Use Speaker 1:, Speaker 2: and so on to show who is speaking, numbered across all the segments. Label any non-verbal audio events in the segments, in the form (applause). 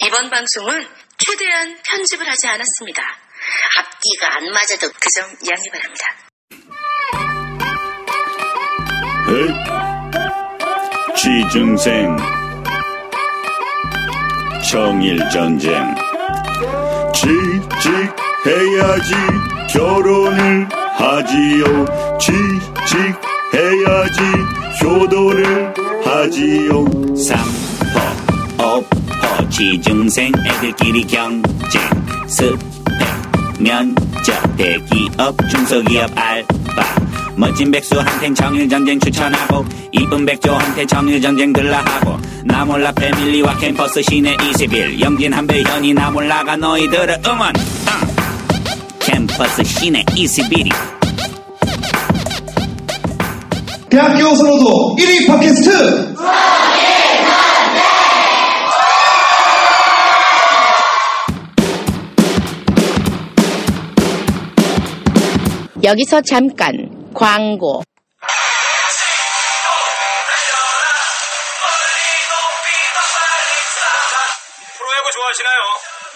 Speaker 1: 이번 방송은 최대한 편집을 하지 않았습니다. 앞뒤가 안 맞아도 그 점 양해 바랍니다.
Speaker 2: 에이, 취중생 청일전쟁 취직해야지 결혼을 하지요 취직해야지 효도를 하지요
Speaker 3: 삼포 오포 지중생 애들끼리 경쟁 스펙 면접 대기업 중소기업 알바 멋진 백수한텐 정일전쟁 추천하고 이쁜 백조한테 정일전쟁 들라하고 나몰라 패밀리와 캠퍼스 시내 21 영진 한배 현이 나몰라가 너희들을 응원 땅. 캠퍼스 시내 21이
Speaker 4: 대학교 선호도 1위 팟캐스트!
Speaker 5: 여기서 잠깐 광고.
Speaker 6: 프로야구 좋아하시나요?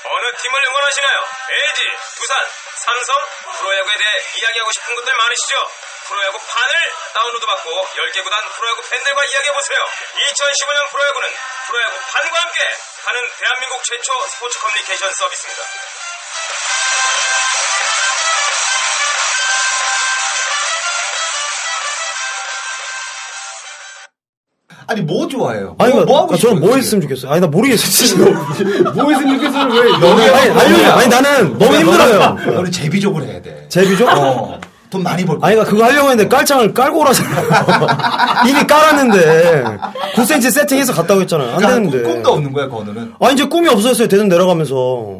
Speaker 6: 어느 팀을 응원하시나요? LG, 두산, 삼성, 프로야구에 대해 이야기하고 싶은 분들 많으시죠? 프로야구 판을 다운로드 받고 10개 구단 프로야구 팬들과 이야기해보세요. 2015년 프로야구는 프로야구 판과 함께 하는 대한민국 최초 스포츠 커뮤니케이션 서비스입니다.
Speaker 7: 아니 뭐 좋아해요?
Speaker 8: 아니,
Speaker 7: 뭐,
Speaker 8: 나,
Speaker 7: 뭐 하고
Speaker 8: 나
Speaker 7: 싶어요?
Speaker 8: 저는 뭐
Speaker 7: 지금? (laughs)
Speaker 8: 했으면 좋겠어. 아니, 나 모르겠어, 진짜.
Speaker 9: 뭐 했으면 좋겠어요. 왜
Speaker 7: 너네
Speaker 8: 아니, 아니, 아니, 나는 너무 힘들어요.
Speaker 7: 너는 제비족으로 해야 돼.
Speaker 8: 제비죠?
Speaker 7: 어, 돈 많이 벌.
Speaker 8: 아니, 그 그거 하려고 했는데 깔창을 깔고 오라잖아. (laughs) 이미 깔았는데. 9cm 세팅해서 갔다고 했잖아요. 안
Speaker 7: 그러니까
Speaker 8: 되는데.
Speaker 7: 꿈, 도 없는 거야 건우는.
Speaker 8: 아, 이제 꿈이 없어졌어요. 대전 내려가면서.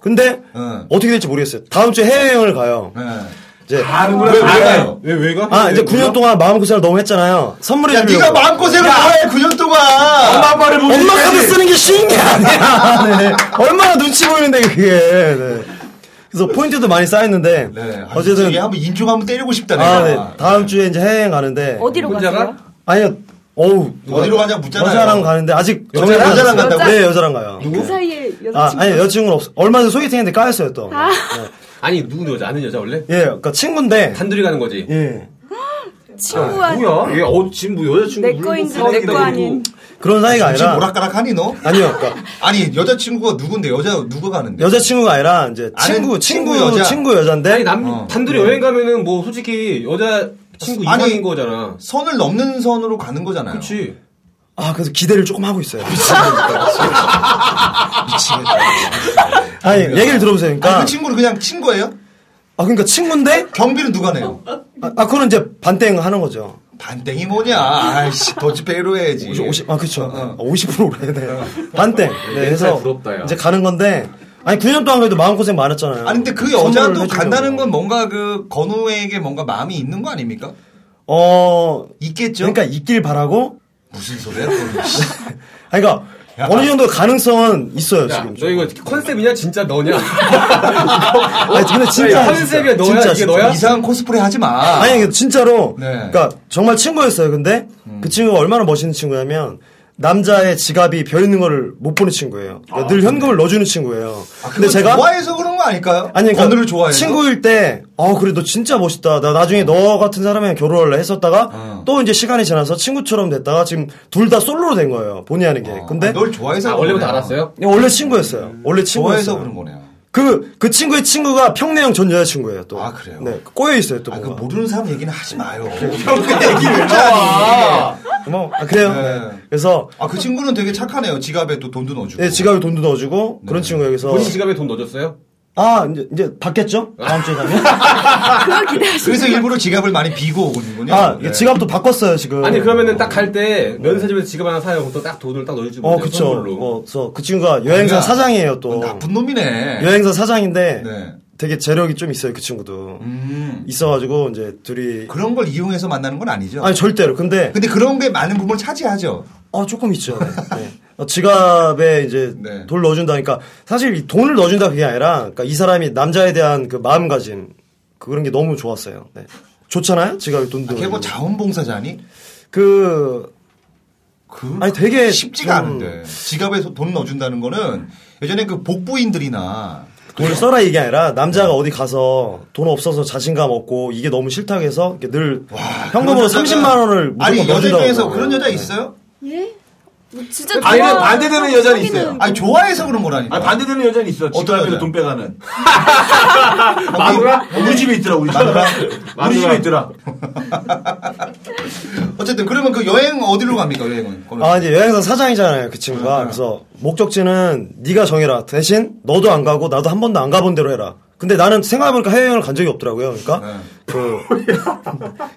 Speaker 8: 근데,
Speaker 7: 응.
Speaker 8: 어떻게 될지 모르겠어요. 다음 주에 해외여행을 가요.
Speaker 7: 네.
Speaker 8: 이제.
Speaker 7: 아는구나.
Speaker 9: 왜, 왜
Speaker 7: 알아요.
Speaker 9: 가요? 왜, 왜 가?
Speaker 8: 아, 이제
Speaker 9: 왜
Speaker 8: 9년 동안 마음고생을 너무 했잖아요. 선물해
Speaker 7: 야
Speaker 8: 주려고.
Speaker 7: 네가 마음고생을 알아야 9년 동안.
Speaker 9: 엄마 아빠를 보고
Speaker 8: 엄마 카드
Speaker 9: 있어야지.
Speaker 8: 쓰는 게 쉬운 게 (laughs) 아니야. 네. 얼마나 눈치 보이는데, 그게. 네. 그래서 포인트도 많이 쌓였는데.
Speaker 7: 네. 아니,
Speaker 8: 어쨌든.
Speaker 7: 이게 한번 인중 한번 때리고 싶다 내가.
Speaker 8: 아, 네. 다음 주에 이제 해외여행 가는데.
Speaker 10: 어디로
Speaker 9: 혼자
Speaker 10: 가세요?
Speaker 9: 가?
Speaker 8: 아니요. 어우. 누가-
Speaker 7: 어디로 가냐 묻잖아요.
Speaker 8: 여자랑 가는데 아직
Speaker 7: 여자-
Speaker 8: 정해가 안
Speaker 7: 여자랑
Speaker 8: 됐어요.
Speaker 7: 간다고?
Speaker 8: 네, 여자랑 가요.
Speaker 10: 그 사이에
Speaker 8: 아,
Speaker 10: 여자친구
Speaker 8: 아니 여자친구는 없어. 얼마 전에 소개팅했는데 까였어요 또.
Speaker 10: 아?
Speaker 8: 네.
Speaker 9: 아니 누구 여자 아는 여자 원래?
Speaker 8: 예, 그러니까 친구인데.
Speaker 9: 단둘이 가는 거지.
Speaker 8: 예.
Speaker 10: 친구와
Speaker 9: 뭐야? 얘 어, 지금 뭐 여자친구
Speaker 10: 내
Speaker 9: 물고
Speaker 10: 거인 줄
Speaker 9: 싸우기도
Speaker 10: 내 거
Speaker 9: 하고.
Speaker 10: 아닌.
Speaker 8: 그런 사이가
Speaker 7: 지금
Speaker 8: 아니라.
Speaker 7: 오락가락하니 너?
Speaker 8: 아니요, 그러니까
Speaker 7: 아니 여자친구가 누군데 여자 누가 가는데?
Speaker 8: 여자친구가 아니라 이제
Speaker 7: 아는
Speaker 8: 친구, 친구,
Speaker 7: 친구
Speaker 8: 친구
Speaker 7: 여자.
Speaker 8: 여자. 인데
Speaker 9: 아니 남
Speaker 7: 어.
Speaker 9: 단둘이 여행 가면은 뭐 솔직히 여자 친구
Speaker 7: 아니.
Speaker 9: 이상인 거잖아.
Speaker 7: 선을 넘는 선으로 가는 거잖아요.
Speaker 9: 그렇지.
Speaker 8: 아, 그래서 기대를 조금 하고 있어요.
Speaker 7: 미치겠다.
Speaker 8: 아니, 얘기를 들어보세요. 그러니까.
Speaker 7: 아니, 그 친구를 그냥 친구예요?
Speaker 8: 아, 그러니까 친구인데?
Speaker 7: 경비는 누가 내요?
Speaker 8: 아, 아, 그거는 이제 반땡 하는 거죠.
Speaker 7: 반땡이 뭐냐? 아이씨 더치페이로 해야지.
Speaker 8: 50, 50, 아, 그쵸.
Speaker 7: 어.
Speaker 8: 50% 오래 네. 반땡. 네, 그래서.
Speaker 9: 부럽다, 야.
Speaker 8: 이제 가는 건데. 아니, 9년 동안 그래도 마음고생 많았잖아요.
Speaker 7: 아니 근데 그
Speaker 8: 선물을
Speaker 7: 여자도
Speaker 8: 해주려고.
Speaker 7: 간다는 건 뭔가 그 건우에게 뭔가 마음이 있는 거 아닙니까?
Speaker 8: 어,
Speaker 7: 있겠죠.
Speaker 8: 그러니까 있길 바라고.
Speaker 7: 무슨 소리야?
Speaker 8: (laughs)
Speaker 7: 건우 씨.
Speaker 8: 아니, 그러니까 어느 정도 가능성은 있어요,
Speaker 9: 야,
Speaker 8: 지금.
Speaker 9: 너 이거 컨셉이냐 진짜 너냐? (laughs)
Speaker 8: 아니, 근데 진짜.
Speaker 9: 야, 컨셉이야, 너야? 이게 너야?
Speaker 7: 이상한 코스프레 하지 마.
Speaker 8: 아니, 이게 진짜로.
Speaker 7: 네. 음.
Speaker 8: 그러니까 정말 친구였어요. 근데 그 친구가 얼마나 멋있는 친구냐면 남자의 지갑이 비어 있는 거를 못 보는 친구예요. 그러니까 늘 현금을 넣어주는 친구예요.
Speaker 7: 아, 근데 제가 좋아해서 그런 거 아닐까요?
Speaker 8: 아니, 그러니까
Speaker 7: 건우를 좋아해서.
Speaker 8: 친구일 때, 어, 그래, 너 진짜 멋있다. 나 나중에 너 같은 사람이랑 결혼할래 했었다가,
Speaker 7: 어.
Speaker 8: 또 이제 시간이 지나서 친구처럼 됐다가, 지금 둘 다 솔로로 된 거예요. 본의 아니게. 근데,
Speaker 7: 아, 널 좋아해서
Speaker 9: 아,
Speaker 7: 그런
Speaker 9: 원래부터
Speaker 7: 거네요.
Speaker 9: 알았어요?
Speaker 8: 원래 친구였어요. 원래
Speaker 7: 좋아해서 그런
Speaker 8: 친구였어요.
Speaker 7: 거네요.
Speaker 8: 그, 그 친구의 친구가 평내형 전 여자친구예요, 또.
Speaker 7: 아, 그래요?
Speaker 8: 네. 꼬여있어요, 또.
Speaker 7: 아, 그
Speaker 8: 뭔가.
Speaker 7: 모르는 사람 얘기는 하지 마요. 그런
Speaker 9: 아.
Speaker 7: 얘기를 하니.
Speaker 8: 뭐, 아, 그래요?
Speaker 7: 네.
Speaker 8: 그래서,
Speaker 7: 아, 그 친구는 되게 착하네요. 지갑에 또 돈도 넣어주고.
Speaker 8: 예, 지갑에 돈도 넣어주고, 그런 친구예요. 그래서,
Speaker 9: 네. 본인 지갑에 돈 넣어줬어요?
Speaker 8: 아, 이제, 이제 받겠죠? 다음
Speaker 9: (laughs)
Speaker 8: 주에 가면.
Speaker 10: 그거 기대하시는
Speaker 7: 그래서 일부러 지갑을 많이 비고 오는군요.
Speaker 8: 아, 이게
Speaker 7: 네.
Speaker 8: 지갑도 바꿨어요, 지금.
Speaker 9: 아니 그러면은 딱 갈 때 면세점에서 지갑 하나 사요. 그럼 또딱 돈을 딱 넣어주지
Speaker 8: 어,
Speaker 9: 못해요,
Speaker 8: 그쵸.
Speaker 9: 선물로.
Speaker 8: 어, 그래서 그 친구가 여행사
Speaker 7: 그러니까
Speaker 8: 사장이에요,
Speaker 7: 어,
Speaker 8: 또. 예.
Speaker 7: 나쁜 놈이네.
Speaker 8: 여행사 사장인데
Speaker 7: 네.
Speaker 8: 되게 재력이 좀 있어요 그 친구도
Speaker 7: 음.
Speaker 8: 있어가지고 이제 둘이
Speaker 7: 그런 걸 이용해서 만나는 건 아니죠.
Speaker 8: 아니 절대로 근데
Speaker 7: 근데 그런 게 많은 부분을 차지하죠.
Speaker 8: 어 조금 있죠 네. 어, 지갑에 이제
Speaker 7: 네.
Speaker 8: 돈을 넣어준다니까 사실 이 돈을 넣어준다 그게 아니라 그러니까 이 사람이 남자에 대한 그 마음가짐 그런 게 너무 좋았어요
Speaker 9: 뭐
Speaker 7: 뭐
Speaker 8: 네. 좋잖아요 지갑에 돈
Speaker 7: 걔
Speaker 8: 넣어
Speaker 7: 뭐 자원봉사자니?
Speaker 8: 그 아니 되게
Speaker 7: 쉽지가
Speaker 8: 좀-
Speaker 7: 않은데 지갑에 돈 넣어준다는 거는 예전에 그 복부인들이나
Speaker 8: 돈을 써라 이게 아니라 남자가 어디 가서 돈 없어서 자신감 없고 이게 너무 싫다고 해서 이렇게 늘 현금으로
Speaker 7: 그런 여자가-
Speaker 8: 30만 뭐 원을 무조건
Speaker 7: 아니 여자
Speaker 8: 넣어준다고 네.
Speaker 7: 중에서
Speaker 8: 그러고.
Speaker 7: 그런 여자 있어요?
Speaker 10: 예? 뭐 진짜
Speaker 7: 아니,
Speaker 10: 좋아.
Speaker 7: 반대되는 여자는 있어요.
Speaker 10: 사귀는
Speaker 7: 아니 좋아해서 그런 거라니까.
Speaker 11: 뭐. 아, 반대되는 여자는 있어.
Speaker 7: 어떤
Speaker 11: 지갑에서
Speaker 7: 여자?
Speaker 11: 돈
Speaker 7: (laughs)
Speaker 11: 빼가는. 마누라? 우리 집에 있더라, 우리 집에. 우리 집에 있더라.
Speaker 7: (laughs) 어쨌든 그러면 그 여행 어디로 갑니까 여행은?
Speaker 8: 아 이제 여행사 사장이잖아요 그 친구가 그래서 목적지는 네가 정해라 대신 너도 안 가고 나도 한 번도 안 가본 대로 해라 근데 나는 생각해보니까 해외여행을 간 적이 없더라고요 그러니까
Speaker 7: 네.
Speaker 8: 그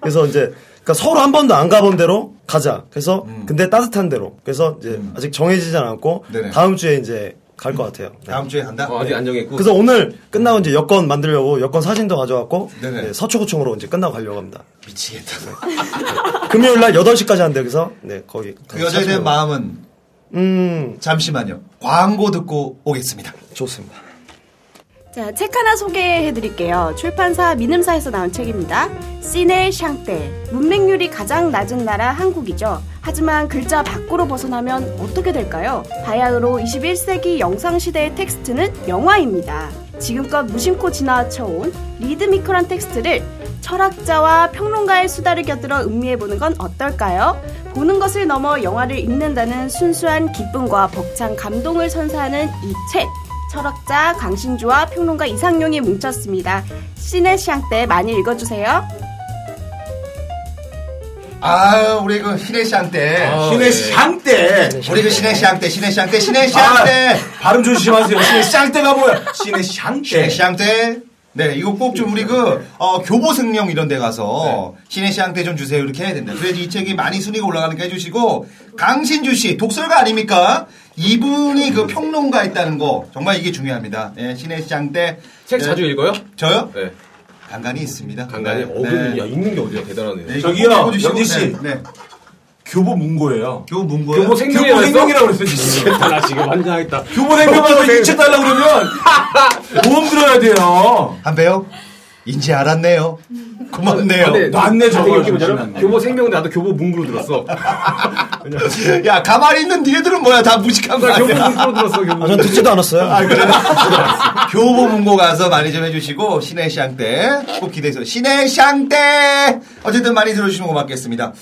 Speaker 8: 그래서 이제 그러니까 서로 한 번도 안 가본 대로 가자 그래서 근데 따뜻한 대로 그래서 이제 아직 정해지지 않았고
Speaker 7: 음. 네네.
Speaker 8: 다음 주에 이제 갈 것 같아요
Speaker 7: 다음 주에 간다. 네.
Speaker 12: 아직 안 정했고.
Speaker 8: 그래서 오늘 끝나고 이제 여권 만들려고 여권 사진도 가져왔고
Speaker 7: 네네.
Speaker 8: 네, 서초구청으로 이제 끝나고 가려고 합니다
Speaker 7: 미치겠다.
Speaker 8: 금요일 날 8시까지 한대 그래서 네 거기
Speaker 7: 그 여자에 대한 마음은
Speaker 8: 음
Speaker 7: 잠시만요. 광고 듣고 오겠습니다.
Speaker 8: 좋습니다.
Speaker 10: 자, 책 하나 소개해 드릴게요. 출판사 민음사에서 나온 책입니다. 시네 샹떼. 문맹률이 가장 낮은 나라 한국이죠. 하지만 글자 밖으로 벗어나면 어떻게 될까요? 바야흐로 21세기 영상 시대의 텍스트는 영화입니다. 지금껏 무심코 지나쳐온 리드미컬한 텍스트를 철학자와 평론가의 수다를 곁들여 음미해 보는 건 어떨까요? 보는 것을 넘어 영화를 읽는다는 순수한 기쁨과 벅찬 감동을 선사하는 이 책. 철학자 강신주와 평론가 이상용이 뭉쳤습니다. 시내 시향 때 많이 읽어주세요.
Speaker 7: 아 우리 그 시내시장 때
Speaker 11: 아,
Speaker 12: 예.
Speaker 11: 시내시장 때.
Speaker 7: 우리 그 시내시장 때 시내시장 때 시내시장 때
Speaker 11: 아, 발음 조심하세요. 시내 쌍때가 뭐야? 시내 쌍때.
Speaker 7: 시내시장 때네 이거 꼭 좀 우리
Speaker 11: 네.
Speaker 7: 그 어, 교보생령 이런 데 가서 시내시장 때 좀 주세요 이렇게 해야 된다 그래야지 이 책이 많이 순위가 올라가니까 해주시고 강신주 씨 독설가 아닙니까 이분이 그 평론가 있다는 거 정말 이게 중요합니다 예, 시내시장 때책
Speaker 12: 책 자주 읽어요?
Speaker 7: 저요?
Speaker 12: 네.
Speaker 7: 간간히 있습니다
Speaker 12: 간간히? 어,
Speaker 7: 네.
Speaker 12: 그래, 야, 읽는 게 어디야, 대단하네요.
Speaker 7: 네, 이거 꼭
Speaker 11: 저기요,
Speaker 7: 읽어주시고,
Speaker 11: 영진 씨.
Speaker 7: 네, 네.
Speaker 11: 교보 문고예요.
Speaker 7: 교보 문고요?
Speaker 11: 교보 생명이라고
Speaker 12: 교보 생명이라고
Speaker 11: 그랬어.
Speaker 12: 미치겠다, (laughs) 나 지금 완전 하겠다.
Speaker 11: 교보 생명하고 2차 달라고
Speaker 12: (laughs)
Speaker 11: 그러면 보험 들어야 돼요.
Speaker 7: 한 배요? 인지 알았네요. 고맙네요.
Speaker 12: 근데
Speaker 11: 낫네, 저거.
Speaker 12: 되게 웃긴 거잖아.
Speaker 11: 낫네.
Speaker 12: 교보 생명 나도 교보 문구로
Speaker 7: (laughs)
Speaker 12: 들었어.
Speaker 7: 야 가만히 있는 니네들은 뭐야 다 무식한 거
Speaker 12: 나 교보
Speaker 7: 아니야?
Speaker 12: 문구로 들었어. 교보
Speaker 8: 아, 전 듣지도 않았어요.
Speaker 7: 교보문고 가서 많이 좀 해주시고 시내샹 때꼭 기대해서 시내샹 때 어쨌든 많이 들어주시면 고맙겠습니다.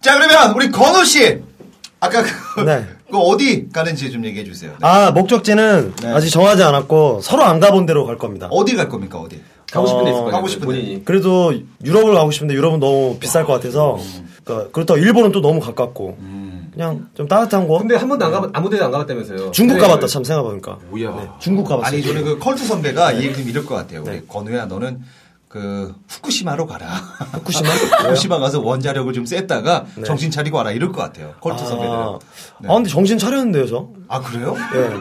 Speaker 7: 자 그러면 우리 건우 씨 아까 그,
Speaker 8: 네.
Speaker 7: (laughs) 그 어디 가는지 좀 얘기해 주세요. 네.
Speaker 8: 아 목적지는
Speaker 7: 네.
Speaker 8: 아직 정하지 않았고 서로 안 가본 데로 갈 겁니다.
Speaker 7: 어디 갈 겁니까 어디?
Speaker 12: 가고 싶은 데 있을 거
Speaker 7: 가고
Speaker 12: 아니야,
Speaker 7: 싶은
Speaker 12: 본인이.
Speaker 8: 그래도 유럽을 가고 싶은데 유럽은 너무 비쌀 것 같아서
Speaker 12: 음.
Speaker 8: 그러니까 그렇다고 일본은 또 너무 가깝고 그냥 좀 따뜻한 곳.
Speaker 12: 근데 한 번도 안 가봤, 아무 데도 안 가봤다면서요.
Speaker 8: 중국
Speaker 12: 네.
Speaker 8: 가봤다 참 생각해보니까 네,
Speaker 12: 뭐야.
Speaker 8: 중국 가봤어요.
Speaker 12: 네.
Speaker 7: 아니 저는 그 컬투 선배가 이 얘기 좀 이럴 것 같아요. 우리 건우야 너는 그 후쿠시마로 가라. (laughs) 후쿠시마? 후쿠시마 가서 원자력을 좀 쐈다가
Speaker 12: 네.
Speaker 7: 정신 차리고 와라 이럴 것 같아요. 컬투
Speaker 8: 아,
Speaker 7: 선배들은.
Speaker 8: 아, 근데 정신 차렸는데요 저.
Speaker 7: 아 그래요?
Speaker 8: 예.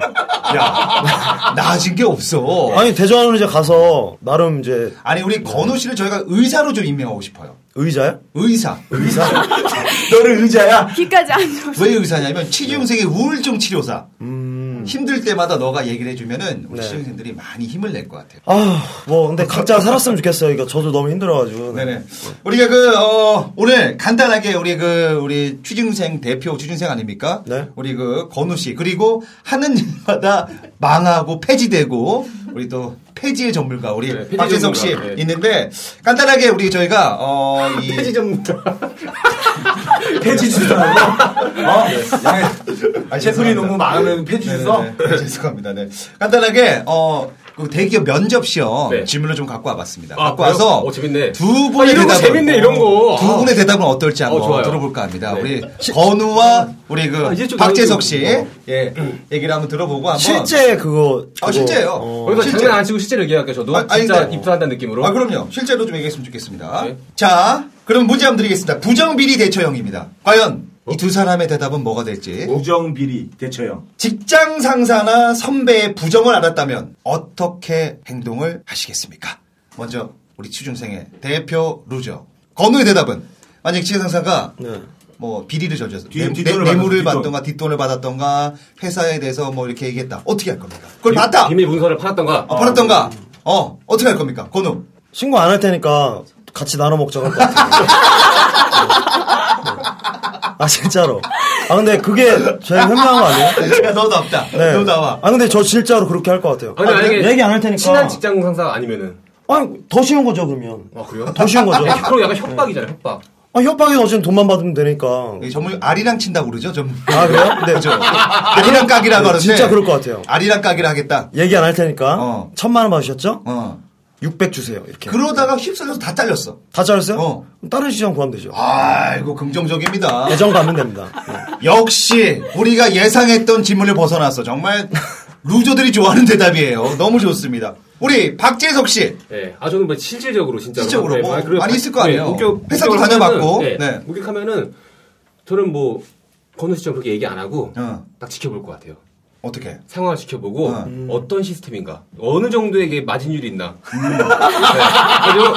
Speaker 7: 야 (laughs) 나아진 게
Speaker 12: 네.
Speaker 7: 없어. 아니,
Speaker 8: 아니 대전을 이제 가서 나름 이제
Speaker 7: 우리 건우 씨를 저희가 의사로 좀 임명하고 싶어요.
Speaker 8: 의자요?
Speaker 7: 의사.
Speaker 8: 의자?
Speaker 7: (laughs)
Speaker 11: 너는 의자야?
Speaker 10: 귀까지 안 좋으시.
Speaker 7: 왜 의사냐면 치중생의 우울증 치료사. 힘들 때마다 너가 얘기를 해주면은 우리
Speaker 8: 네.
Speaker 7: 치중생들이 많이 힘을 낼 것 같아요.
Speaker 8: 아뭐 근데 각자 살았으면 좋겠어요. 그러니까 저도 너무 힘들어가지고.
Speaker 7: 네네. 우리가 그, 어, 오늘 간단하게 우리 그, 우리 취준생 대표 취준생 아닙니까?
Speaker 8: 네.
Speaker 7: 우리 그, 건우 씨. 그리고 하는 일마다 망하고 폐지되고, 우리 또 폐지의 전문가, 우리
Speaker 12: 네, 폐지
Speaker 7: 박진석 씨
Speaker 12: 전문가, 네.
Speaker 7: 있는데, 간단하게 우리 저희가, 어, 이.
Speaker 12: 폐지 전문가.
Speaker 11: 폐지 주사하고. 어?
Speaker 7: 네. 아,
Speaker 11: 제 소리
Speaker 7: 죄송합니다.
Speaker 11: 너무 많으면 폐지 주사.
Speaker 7: 네네네. 네, 죄송합니다. 네. 간단하게, 어, 그 대기업 면접 시험
Speaker 12: 네.
Speaker 7: 질문을 좀 갖고 와봤습니다.
Speaker 12: 아,
Speaker 7: 갖고
Speaker 12: 그래요?
Speaker 7: 와서
Speaker 12: 어, 재밌네.
Speaker 7: 두
Speaker 12: 아,
Speaker 7: 분의
Speaker 12: 이런 거
Speaker 7: 대답을-
Speaker 12: 재밌네, 이런 거.
Speaker 7: 두
Speaker 12: 아.
Speaker 7: 분의 대답은 어떨지 한번
Speaker 12: 어, 좋아요.
Speaker 7: 들어볼까 합니다.
Speaker 12: 네.
Speaker 7: 우리 건우와 우리 그
Speaker 12: 아, 이제 좀
Speaker 7: 박재석
Speaker 12: 나오죠.
Speaker 7: 씨
Speaker 12: 어.
Speaker 7: 예, 얘기를 한번 들어보고 한번
Speaker 8: 실제 그거.
Speaker 7: 아
Speaker 8: 그거-
Speaker 7: 실제예요.
Speaker 12: 거기서 어, 장난 안 치고 실제로 얘기할게요, 저도.
Speaker 7: 아, 아니,
Speaker 12: 진짜
Speaker 7: 근데-
Speaker 12: 입사한다는 느낌으로.
Speaker 7: 아 그럼요. 실제로 좀 얘기했으면 좋겠습니다.
Speaker 12: 네.
Speaker 7: 자, 그럼 문제 한번 드리겠습니다. 부정비리 대처형입니다. 과연
Speaker 12: 어?
Speaker 7: 이 두 사람의 대답은 뭐가 될지.
Speaker 11: 우정비리 대처형.
Speaker 7: 직장 상사나 선배의 부정을 알았다면 어떻게 행동을 하시겠습니까? 먼저 우리 취준생의 대표 루저 건우의 대답은 만약 직장 상사가
Speaker 8: 네.
Speaker 7: 뭐 비리를 저질러서
Speaker 11: 뒤-
Speaker 7: 뇌-
Speaker 11: 뒷돈을
Speaker 7: 뇌-
Speaker 11: 받았어,
Speaker 7: 뇌물을
Speaker 11: 뒷돈.
Speaker 7: 받던가 뒷돈을 받았던가 회사에 대해서 뭐 이렇게 얘기했다 어떻게 할 겁니까? 그걸 봤다
Speaker 12: 비밀 문서를 팔았던가.
Speaker 7: 어, 팔았던가 어 어떻게 할 겁니까? 건우
Speaker 8: (laughs) 신고 안 할 테니까 같이 나눠 먹자고 할 것 같아요. 네. 아 진짜로. 아 근데 그게 제일 현명한 거 아니에요?
Speaker 7: 야, 네, 너도 없다. 너 나와.
Speaker 8: 아 근데 저 진짜로 그렇게 할 것 같아요.
Speaker 12: 아니, 만약에
Speaker 8: 얘기 안 할 테니까.
Speaker 12: 친한 직장 상사 아니면은.
Speaker 8: 아니 더 쉬운 거죠 그러면.
Speaker 12: 아 그래요?
Speaker 8: 더 쉬운 거죠.
Speaker 12: 그럼 약간 협박이잖아요. 협박.
Speaker 8: 아 협박이 어쨌든 돈만 받으면 되니까.
Speaker 7: 전문 아리랑 친다고 그러죠 전.
Speaker 8: 아 그래요? 네.
Speaker 7: (laughs) 그죠. 아리랑 깍이라 그러는데.
Speaker 8: 진짜 그럴 것 같아요.
Speaker 7: 아리랑 깍이라 하겠다. 어.
Speaker 8: 얘기 안 할 테니까. 천만 원 받으셨죠? 600 주세요.
Speaker 12: 네.
Speaker 8: 이렇게.
Speaker 7: 그러다가 휩쓸려서 다 잘렸어.
Speaker 8: 다 잘렸어요? 그럼 다른 시장 구하면 되죠.
Speaker 7: 아이고 긍정적입니다.
Speaker 8: 애정 받는 됩니다.
Speaker 7: 역시 우리가 예상했던 질문을 벗어났어. 정말 루저들이 좋아하는 대답이에요. 너무 좋습니다. 우리 박재석 씨.
Speaker 12: 예. 아 저는 뭐 실질적으로 네, 진짜
Speaker 7: 실질적으로 뭐 많이 있을 거
Speaker 12: 네,
Speaker 7: 아니에요. 회사도 다녀봤고. 네.
Speaker 12: 목격하면은 저는 뭐 건우 씨처럼 그렇게 얘기 안 하고 딱 지켜볼 것 같아요.
Speaker 7: 어. 어떻게? 음.
Speaker 12: 상황을 지켜보고 어. 떤 시스템인가 어느 정도에게 마진율이 있나 (laughs) 네. 그리고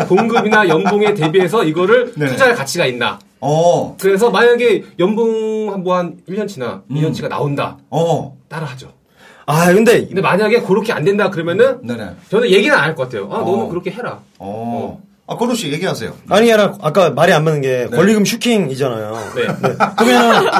Speaker 12: 내 봉급이나 연봉에 대비해서 이거를
Speaker 7: 네.
Speaker 12: 투자할 가치가 있나
Speaker 7: 어.
Speaker 12: 그래서 만약에 연봉 한 뭐 한 1년치나
Speaker 7: 음.
Speaker 12: 2년치가 나온다
Speaker 7: 어.
Speaker 12: 따라하죠
Speaker 8: 아 근데
Speaker 12: 근데 만약에 그렇게 안 된다
Speaker 7: 음.
Speaker 12: 그러면은 저는 얘기는 안 할 것 같아요 아 너는 그렇게 해라
Speaker 7: 어. 아, 건우 씨 얘기하세요.
Speaker 8: 아니, 아니, 아까 말이 안 맞는 게 권리금 슈킹이잖아요. 네. 그러면은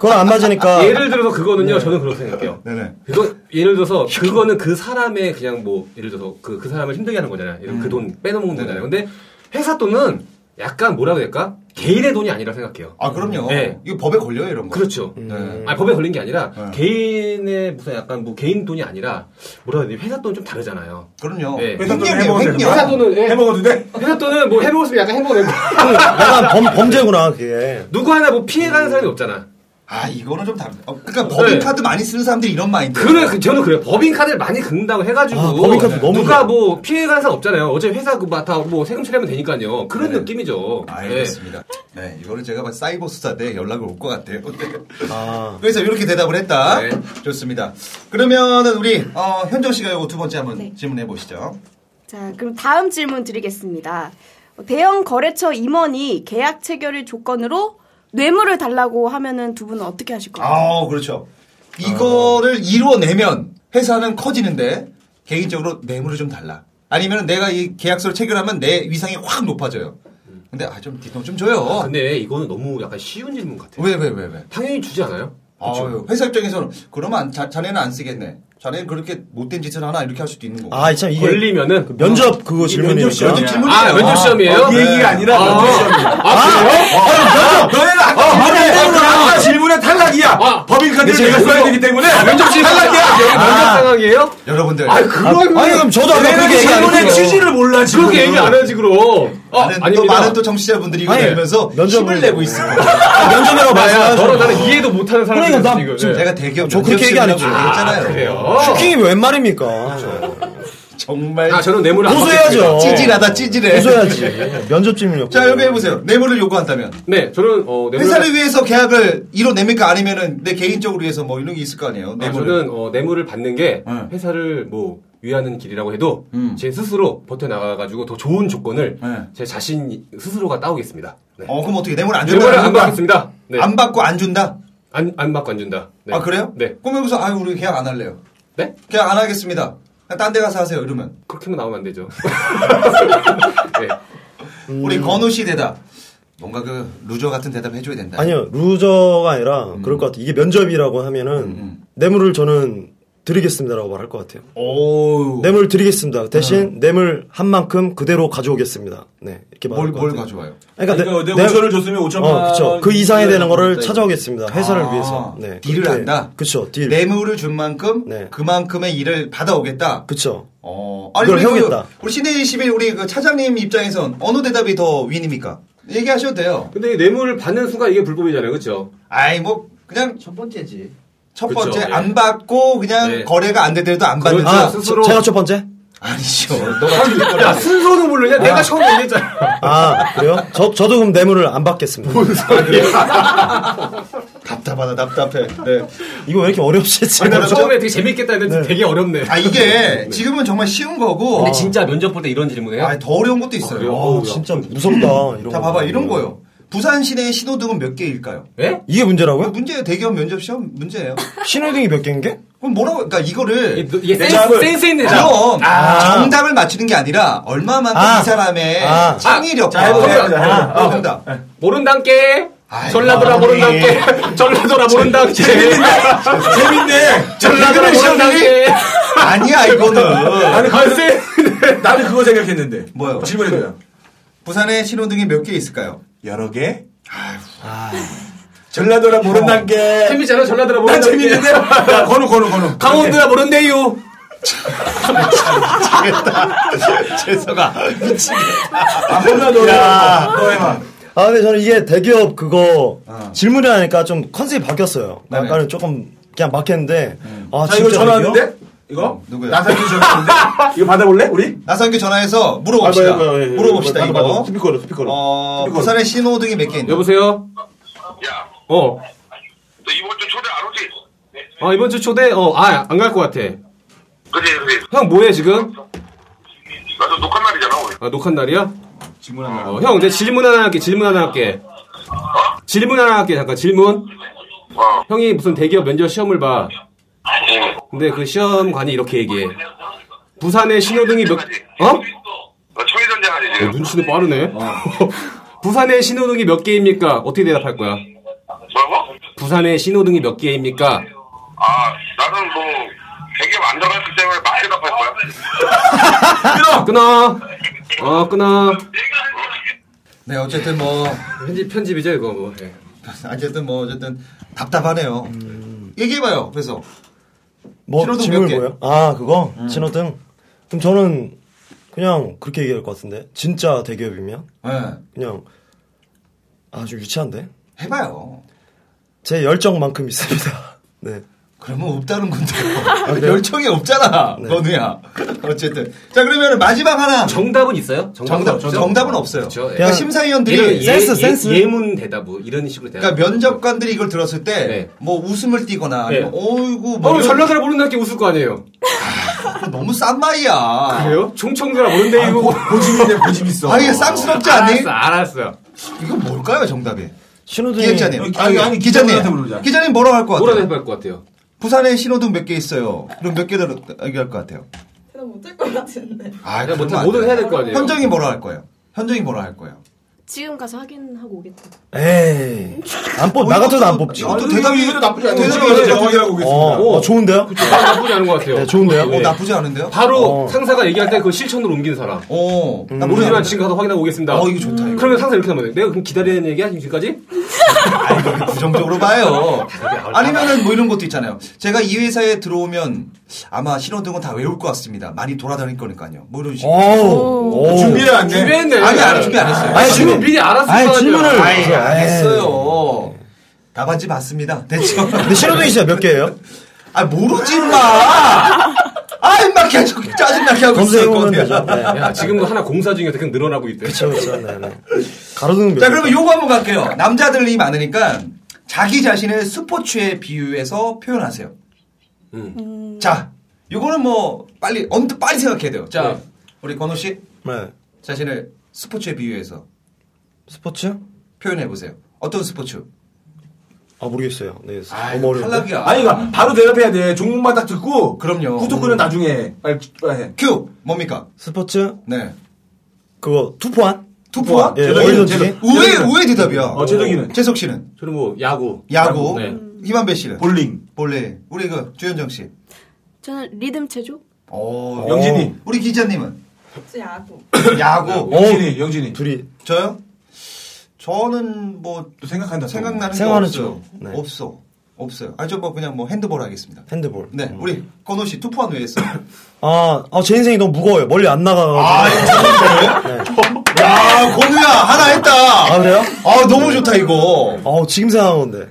Speaker 8: 그건 안 맞으니까.
Speaker 12: 예를 들어서 그거는요 저는 그렇게 생각해요
Speaker 7: 네네.
Speaker 12: 그거 예를 들어서 그거는 그 사람의 그냥 뭐 예를 들어서 그, 그 사람을 힘들게 하는 거잖아요. 그 돈 빼놓는 거잖아요. 근데 회사 돈은 약간 뭐라고 해야 될까? 개인의 돈이 아니라 생각해요.
Speaker 7: 아 그럼요.
Speaker 12: 네.
Speaker 7: 이거 법에 걸려요 이런 거.
Speaker 12: 그렇죠.
Speaker 7: 네.
Speaker 12: 아니 법에 걸린 게 아니라
Speaker 7: 네.
Speaker 12: 개인의 무슨 약간 뭐 개인 돈이 아니라 뭐라 해야 되지? 회사 돈 좀 다르잖아요.
Speaker 7: 그럼요.
Speaker 12: 네.
Speaker 11: 회사 돈은 해먹어도
Speaker 12: 횡령이에요,
Speaker 11: 되는 거야?
Speaker 12: 횡령. 회사 돈은 예.
Speaker 11: 해먹어도 돼?
Speaker 12: 회사 돈은 뭐 해먹었으면 약간 해먹어 내고
Speaker 8: 약간 범, 범죄구나, 그게.
Speaker 12: 누구 하나 뭐 피해가는 사람이 없잖아.
Speaker 7: 아 이거는 좀 다르다. 어, 그러니까 법인카드 많이 쓰는 사람들이 이런 마인드.
Speaker 12: 네. 그래, 그- 저는 그래요. 법인카드를 많이 긁는다고 해가지고.
Speaker 7: 아, 법인카드 너무
Speaker 12: 누가 뭐 피해가는 사람 없잖아요. 어제 회사 그다뭐 세금 처리하면 되니까요. 그런 느낌이죠.
Speaker 7: 아, 알겠습니다. 네, 이거는 제가 봤을 때 사이버 수사대 연락을 올 것 같아요. (laughs) 네. 그래서 이렇게 대답을 했다. 좋습니다. 그러면은 우리 어, 현정 씨가 이거 두 번째 한번 질문해 보시죠.
Speaker 10: 자, 그럼 다음 질문 드리겠습니다. 대형 거래처 임원이 계약 체결을 조건으로 뇌물을 달라고 하면은 두 분은 어떻게 하실 거예요?
Speaker 7: 아, 그렇죠. 이거를 이루어내면 회사는 커지는데 개인적으로 뇌물을 좀 달라. 아니면 내가 이 계약서를 체결하면 내 위상이 확 높아져요. 근데 아 좀 뒷돈 좀 줘요.
Speaker 12: 네. 근데 이거는 너무 약간 쉬운 질문 같아요.
Speaker 7: 왜 왜 왜 왜?
Speaker 12: 당연히 주지 않아요?
Speaker 7: 아유, 회사 입장에서는 그러면 안- 자, 자네는 안 쓰겠네. 자네는 그렇게 못된 짓을 하나 이렇게 할 수도 있는 거고.
Speaker 8: 아, 참, 이게.
Speaker 12: 걸리면은.
Speaker 8: 그 면접 그거
Speaker 7: 이게
Speaker 8: 질문이니까.
Speaker 7: 면접 시- 면접 질문이에요.
Speaker 12: 아, 면접 시험이에요?
Speaker 11: 이 어, 그
Speaker 7: 그
Speaker 11: 얘기가 아니라
Speaker 12: 아.
Speaker 11: 면접 시험이에요.
Speaker 12: 아, 그래요?
Speaker 11: 아, 너네는 아까
Speaker 12: 아,
Speaker 11: 질문에
Speaker 12: 맞네.
Speaker 11: 아까
Speaker 12: 아,
Speaker 11: 아까 질문에 탈락이야. 법인카드를
Speaker 12: 그치,
Speaker 11: 내가 써야
Speaker 12: 어. 그거-
Speaker 11: 되기 때문에
Speaker 12: 아, 면접 시험
Speaker 11: 탈락이야.
Speaker 7: 아.
Speaker 11: 아.
Speaker 12: 여기 면접 상황이에요?
Speaker 7: 여러분들.
Speaker 12: 아, 그러면.
Speaker 11: 아니, 그럼 저도 아까 그렇게 얘기 안
Speaker 12: 질문의
Speaker 11: 했어요.
Speaker 12: 취지를 몰라, 지금. 그렇게 얘기 안 해야지, 그럼. 아,
Speaker 7: 많은, 또
Speaker 12: 아닙니다.
Speaker 7: 많은 또 정치자분들이 이거
Speaker 12: 아니,
Speaker 7: 들으면서 힘을 내고 있습니다. 아,
Speaker 8: 면접이라고
Speaker 12: 나야,
Speaker 8: 말씀하셔.
Speaker 12: 너랑 아, 나는 이해도 못하는 사람이
Speaker 8: 그러니까 나 어,
Speaker 12: 지금. 네.
Speaker 8: 지금
Speaker 12: 예.
Speaker 7: 제가 대기업
Speaker 8: 저 그렇게 얘기 안 했죠.
Speaker 7: 했잖아요.
Speaker 12: 그래요?
Speaker 8: 슈킹이 웬 말입니까?
Speaker 7: 정말.
Speaker 12: 아, 저는 뇌물을 안
Speaker 8: 고소해야죠.
Speaker 12: 받겠습니다.
Speaker 7: 어. 찌질하다, 찌질해.
Speaker 8: 고소해야지. 면접 질문이었고.
Speaker 7: (laughs) 자, 여기 해보세요. 뇌물을 요구한다면.
Speaker 12: 네, 저는, 어, 뇌물을.
Speaker 7: 회사를 위해서 계약을 이뤄냅니까? 아니면은 내 개인적으로 위해서 뭐 이런 게 있을 거 아니에요?
Speaker 12: 아,
Speaker 7: 뇌물을.
Speaker 12: 저는 어, 뇌물을 받는 게 회사를 뭐 위하는 길이라고 해도 제 스스로 버텨 나가가지고 더 좋은 조건을 제 자신 스스로가 따오겠습니다. 네.
Speaker 7: 어, 그럼 어떻게 뇌물 안 준다?
Speaker 12: 뇌물을 안 받겠습니다. 네.
Speaker 7: 안 받고 안 준다?
Speaker 12: 안, 안 받고 안 준다. 네.
Speaker 7: 아, 그래요?
Speaker 12: 네.
Speaker 7: 그럼 여기서, 아유, 우리 계약 안 할래요.
Speaker 12: 네?
Speaker 7: 계약 안 하겠습니다. 딴 데 가서 하세요, 이러면.
Speaker 12: 그렇게만 나오면 안 되죠. (laughs) 네. 음.
Speaker 7: 우리 건우 씨 대답. 뭔가 그 루저 같은 대답 해줘야 된다.
Speaker 8: 아니요, 루저가 아니라 그럴 것 같아요. 이게 면접이라고 하면은
Speaker 7: 음,
Speaker 8: 뇌물을 저는 드리겠습니다라고 말할 것 같아요.
Speaker 7: 오.
Speaker 8: 뇌물 드리겠습니다. 대신
Speaker 7: 음.
Speaker 8: 뇌물 한 만큼 그대로 가져오겠습니다. 네, 이렇게 말할
Speaker 7: 뭘,
Speaker 8: 것
Speaker 7: 뭘
Speaker 8: 같아요.
Speaker 7: 가져와요?
Speaker 8: 그러니까,
Speaker 11: 그러니까 내가 5천을 줬으면 5천만
Speaker 8: 어, 그쵸. 그 이상이 되는 거를
Speaker 11: 줬다,
Speaker 8: 찾아오겠습니다. 회사를
Speaker 7: 아,
Speaker 8: 위해서. 네.
Speaker 7: 딜을
Speaker 8: 그렇게.
Speaker 7: 한다?
Speaker 8: 그쵸, 딜. 네.
Speaker 7: 뇌물을 준 만큼 그만큼의 일을 받아오겠다.
Speaker 8: 그쵸.
Speaker 7: 어,
Speaker 8: 이걸
Speaker 7: 우리
Speaker 8: 해오겠다.
Speaker 7: 그, 우리 시내 21 우리 그 차장님 입장에선 어느 대답이 더 윈입니까? 얘기하셔도 돼요.
Speaker 12: 근데 뇌물을 받는 순간 이게 불법이잖아요. 그렇죠?
Speaker 7: 아이 뭐 그냥
Speaker 11: 첫 번째지.
Speaker 7: 첫
Speaker 12: 그쵸,
Speaker 7: 번째
Speaker 12: 예.
Speaker 7: 안 받고 그냥
Speaker 12: 네.
Speaker 7: 거래가 안 되더라도 안 받는
Speaker 12: 그렇죠.
Speaker 7: 거.
Speaker 12: 스스로-
Speaker 8: 아, 제가 첫 번째?
Speaker 12: (laughs)
Speaker 7: 아니죠. 너가 틀릴
Speaker 12: 야,
Speaker 7: 거라.
Speaker 12: 순서는
Speaker 7: 아.
Speaker 12: 모르냐? 내가 처음 얘기했잖아.
Speaker 8: 아, 그래요? 저, 저도 그럼 뇌물을 안 받겠습니다.
Speaker 7: (laughs) 답답하다 답답해. 네.
Speaker 8: 이거 왜 이렇게 어렵지, 지금?
Speaker 12: 나 처음에 되게 재밌겠다 했는데 되게 (laughs) 어렵네. 어.
Speaker 7: 아 이게 지금은 정말 쉬운 거고.
Speaker 12: 근데 진짜 면접 볼 때 이런 질문해요?
Speaker 7: 아, 더 어려운 것도 있어요.
Speaker 8: 아, 진짜 무섭다. 이런
Speaker 7: 자
Speaker 8: 거.
Speaker 7: 봐봐 이런 거요. 부산 시내 신호등은 몇 개일까요? 뭐
Speaker 12: 예?
Speaker 8: 이게 문제라고요?
Speaker 7: 문제예요. 대기업 면접 시험 문제예요.
Speaker 8: 신호등이 몇 개인 게?
Speaker 7: 그럼 뭐라고, 그러니까 이거를.
Speaker 12: 이게 센스- 센스 있는 자.
Speaker 7: 그럼
Speaker 12: 아.
Speaker 7: 정답을 맞추는 게 아니라 얼마만큼
Speaker 12: 아.
Speaker 7: 이 사람의
Speaker 12: 아.
Speaker 7: 창의력. 아,
Speaker 12: 자, 해보세요. 해보세요. 아. 해보세요.
Speaker 7: 정답.
Speaker 12: 모른단께 전라도라
Speaker 7: 아니.
Speaker 12: 모른단께
Speaker 11: (laughs)
Speaker 12: 전라도라 모른단께
Speaker 11: 재밌네.
Speaker 12: 전라도라 모른단께
Speaker 7: 아니야, 이거는.
Speaker 11: 아니, 네. 컨셉. 나는 그거 생각했는데.
Speaker 7: 뭐요?
Speaker 11: 질문해줘요.
Speaker 7: 부산에 신호등이 몇 개 있을까요?
Speaker 11: 여러 개? 전라도라
Speaker 7: 어.
Speaker 11: 모른단 게.
Speaker 12: 재밌잖아 전라도라
Speaker 11: 난
Speaker 12: 모른단께
Speaker 11: 재밌는데. 야, 건우, 건우, 건우.
Speaker 12: 강원도라 모른대요
Speaker 7: 재석아.
Speaker 11: 아, 전라도라. 너 해봐.
Speaker 8: 아 근데 저는 이게 대기업 그거 질문을 하니까 좀 컨셉이 바뀌었어요.
Speaker 7: 네네.
Speaker 8: 약간은 조금 그냥 막혔는데 아
Speaker 11: 자, 이거
Speaker 8: 진짜
Speaker 11: 전화
Speaker 8: 대기업?
Speaker 11: 왔는데? 이거?
Speaker 7: 누구야?
Speaker 11: 나사기 전화 왔는데? 이거 받아볼래, 우리?
Speaker 7: 나상규 전화해서 물어봅시다.
Speaker 11: 아, 뭐야, 뭐야, 뭐야,
Speaker 7: 물어봅시다,
Speaker 11: 뭐야,
Speaker 7: 이거.
Speaker 11: 뭐야, 스피커로, 스피커로.
Speaker 7: 어,
Speaker 11: 스피커로.
Speaker 7: 부산에 신호등이 몇 개 있나?
Speaker 12: 여보세요 어 아, 이번 주 초대 어 아 안 갈 것 같아
Speaker 13: 그래 그래
Speaker 12: 형 뭐해 지금
Speaker 13: 나도 녹화 날이잖아 오늘
Speaker 12: 아 녹한 날이야
Speaker 11: 질문 하나.
Speaker 12: 어, 형, 내 질문 하나 할게, 질문 하나 할게. 질문 하나 할게, 잠깐, 질문. 형이 무슨 대기업 면접 시험을 봐. 근데 그 시험관이 이렇게 얘기해. 부산의 신호등이 몇, 어?
Speaker 13: 초회전쟁 하지
Speaker 12: 어,
Speaker 13: 지금
Speaker 12: 눈치도 빠르네. (laughs) 부산의 신호등이 몇 개입니까? 어떻게 대답할 거야? 어,
Speaker 13: 뭐라고?
Speaker 12: 부산의 신호등이 몇 개입니까?
Speaker 13: 아 나는 뭐 대기업 안 들어갔기 때문에 막 대답할 거야
Speaker 14: 네,
Speaker 12: 끊어! 끊어! 어, 끊어.
Speaker 7: 네, 어쨌든 뭐,
Speaker 12: 편집, 편집이죠, 이거 뭐. 예.
Speaker 7: 어쨌든 뭐, 어쨌든 답답하네요.
Speaker 11: 음.
Speaker 7: 얘기해봐요, 그래서.
Speaker 8: 뭐
Speaker 7: 신호등
Speaker 8: 질문
Speaker 7: 몇 개?
Speaker 8: 뭐예요? 아 그거 신호등. 그럼 저는 그냥 그렇게 얘기할 것 같은데 진짜 대기업이면
Speaker 7: 예.
Speaker 8: 그냥 아주 유치한데
Speaker 7: 해봐요.
Speaker 8: 제 열정만큼 있습니다. (laughs) 네.
Speaker 7: 그러면 없다는 건데.
Speaker 12: 아,
Speaker 8: 그래요?
Speaker 7: 열정이 없잖아,
Speaker 8: 네.
Speaker 7: 건우야. 어쨌든. 자, 그러면 마지막 하나.
Speaker 12: 정답은 있어요?
Speaker 7: 정답, 정답, 은 없어요.
Speaker 12: 그쵸, 예.
Speaker 7: 그러니까 심사위원들이
Speaker 12: 이런
Speaker 8: 센스, 센스.
Speaker 12: 예문 대답, 뭐 이런 식으로 대답.
Speaker 7: 그러니까 면접관들이 이걸 들었을 때 뭐
Speaker 12: 네.
Speaker 7: 웃음을 띠거나
Speaker 12: 네.
Speaker 7: 아니면 어이구 뭐
Speaker 12: 어,
Speaker 7: 이런-
Speaker 12: 전라도라 모른다 이렇게 웃을 거 아니에요?
Speaker 7: 너무 싼 마이야.
Speaker 12: 그래요? 총청도라 모른다 이거.
Speaker 11: 고집인데 고집 있어.
Speaker 7: 아 이게 쌈스럽지 않니?
Speaker 12: 알았어, 알았어. 네.
Speaker 7: 이거 뭘까요 정답이?
Speaker 8: 신호등이
Speaker 7: 기획자님.
Speaker 11: 아니,
Speaker 7: 아니,
Speaker 11: 아니,
Speaker 7: 아니 기자님.
Speaker 11: 기자님한테 물어보자.
Speaker 7: 기자님 뭐라고 할 것 같아요?
Speaker 12: 뭐라도 해볼 것 같아요.
Speaker 7: 부산에 신호등 몇 개 있어요. 그럼 몇 개 들어 얘기할 것 같아요?
Speaker 14: 대답 못할 것 같은데.
Speaker 7: 아,
Speaker 12: 그냥
Speaker 7: 그러면 안
Speaker 12: 뭐든
Speaker 7: 돼요.
Speaker 12: 해야 될 거 아니에요.
Speaker 7: 현정이 뭐라 할 거예요? 현정이 뭐라 할 거예요?
Speaker 10: 지금 가서 확인하고 오겠다.
Speaker 8: 에이 뭐, 안뽑나 같아도 안 뽑지.
Speaker 7: 어,
Speaker 8: 어,
Speaker 7: 또
Speaker 11: 대답이
Speaker 7: 대답이
Speaker 11: 이거 나쁘지 않네.
Speaker 7: 대답이
Speaker 11: 대답이
Speaker 7: 이제
Speaker 11: 정확히 하고
Speaker 8: 어,
Speaker 11: 있습니다.
Speaker 8: 좋은데요?
Speaker 7: 그
Speaker 12: 아, 나쁘지 않은 것 같아요.
Speaker 8: 네, 좋은데요?
Speaker 7: 어, 나쁘지 않은데요?
Speaker 12: 바로
Speaker 8: 어.
Speaker 12: 상사가 얘기할 때 그걸 실천으로 옮긴 사람.
Speaker 7: 어,
Speaker 11: 음.
Speaker 7: 나
Speaker 12: 모르지만
Speaker 7: 모르지만
Speaker 12: 지금 가서 확인하고 오겠습니다.
Speaker 7: 어, 이거 좋다, 이거.
Speaker 12: 그러면 상사 이렇게 하면 돼요. 내가 그럼 기다리는 얘기야 지금까지?
Speaker 7: 아,
Speaker 11: (laughs)
Speaker 7: 부정적으로 봐요. 아니면은 뭐 이런 것도 있잖아요. 제가 이 회사에 들어오면 아마 신호등은 다 외울 것 같습니다. 많이 돌아다닐 거니까요. 뭐 이런 식으로.
Speaker 8: 오.
Speaker 11: 준비를 안 해.
Speaker 12: 준비했네.
Speaker 7: 아니, 아니, 준비 안 했어요.
Speaker 12: 아니,
Speaker 8: 어. 아니, 네.
Speaker 12: 지금
Speaker 8: 준비-
Speaker 12: 미리 알았을
Speaker 8: 아니,
Speaker 12: 거 아니야.
Speaker 8: 질문을-
Speaker 12: 아니,
Speaker 7: 아이, 안
Speaker 8: 에이.
Speaker 7: 했어요.
Speaker 8: 네.
Speaker 7: 답안지 맞습니다. 대충.
Speaker 8: 근데 신호등이 진짜 몇 개예요?
Speaker 7: (laughs) 아, 모르지, 마 아, 임마, 개 짜증나게 하고 있어,
Speaker 8: 검색해 보면
Speaker 7: 이거.
Speaker 8: 되죠. 네.
Speaker 12: 야, 지금도 하나 공사 중이어서 계속 늘어나고 있대.
Speaker 8: 그렇죠, 그렇죠. 네, 네. 가로등 몇
Speaker 7: 자,
Speaker 8: 개?
Speaker 7: 그러면 요거 한번 갈게요. 남자들이 많으니까 자기 자신을 스포츠에 비유해서 표현하세요.
Speaker 11: 음.
Speaker 7: 자, 요거는 뭐 빨리 언뜻 빨리 생각해야 돼요. 자,
Speaker 12: 네.
Speaker 7: 우리 건우 씨
Speaker 8: 네.
Speaker 7: 자신을 스포츠에 비유해서
Speaker 8: 스포츠?
Speaker 7: 표현해 보세요. 어떤 스포츠?
Speaker 8: 아 모르겠어요. 네.
Speaker 7: 아이,
Speaker 8: 너무 어려운데.
Speaker 7: 탈락이야.
Speaker 11: 아니, 그러니까 바로 대답해야 돼. 종목만 딱 듣고.
Speaker 7: 그럼요. 음.
Speaker 11: 후토크는 나중에. 아, 예. 빨리 해.
Speaker 7: 큐 뭡니까?
Speaker 8: 스포츠?
Speaker 7: 네.
Speaker 8: 그거 투포한?
Speaker 7: 투포화?
Speaker 8: 예,
Speaker 11: 제동이는
Speaker 8: 어디든지.
Speaker 11: 제동.
Speaker 7: 우회 우회 대답이야.
Speaker 11: 어, 제동이는.
Speaker 7: 재석 씨는
Speaker 12: 저는 뭐 야구.
Speaker 7: 야구. 음.
Speaker 12: 네.
Speaker 7: 이만배 씨는
Speaker 11: 볼링.
Speaker 7: 볼래. 우리 그 주현정 씨.
Speaker 10: 저는 리듬 체조?
Speaker 7: 오,
Speaker 11: 영진이.
Speaker 7: 우리 기자님은
Speaker 14: 혹시 야구.
Speaker 7: (laughs) 야구.
Speaker 11: 영진이, 영진이.
Speaker 8: 둘이
Speaker 7: 저요? 저는 뭐
Speaker 11: 또 생각한다. 또.
Speaker 7: 생각나는 게
Speaker 8: 생활은
Speaker 7: 없어요.
Speaker 8: 좀, 네.
Speaker 7: 없어. 없어요. 아, 저뭐 그냥 뭐 핸드볼 하겠습니다.
Speaker 8: 핸드볼.
Speaker 7: 네,
Speaker 8: 음.
Speaker 7: 우리 건호 씨 투포한 왜 했어?
Speaker 8: 아, 아, 제 인생이 너무 무거워요. 멀리 안 나가가지고.
Speaker 7: 아, 이거 좋은데? 야, 건우야 하나 했다.
Speaker 8: 아, 그래요?
Speaker 7: 네. 아, 너무 좋다 이거.
Speaker 8: 아, 지금 생각한 건데.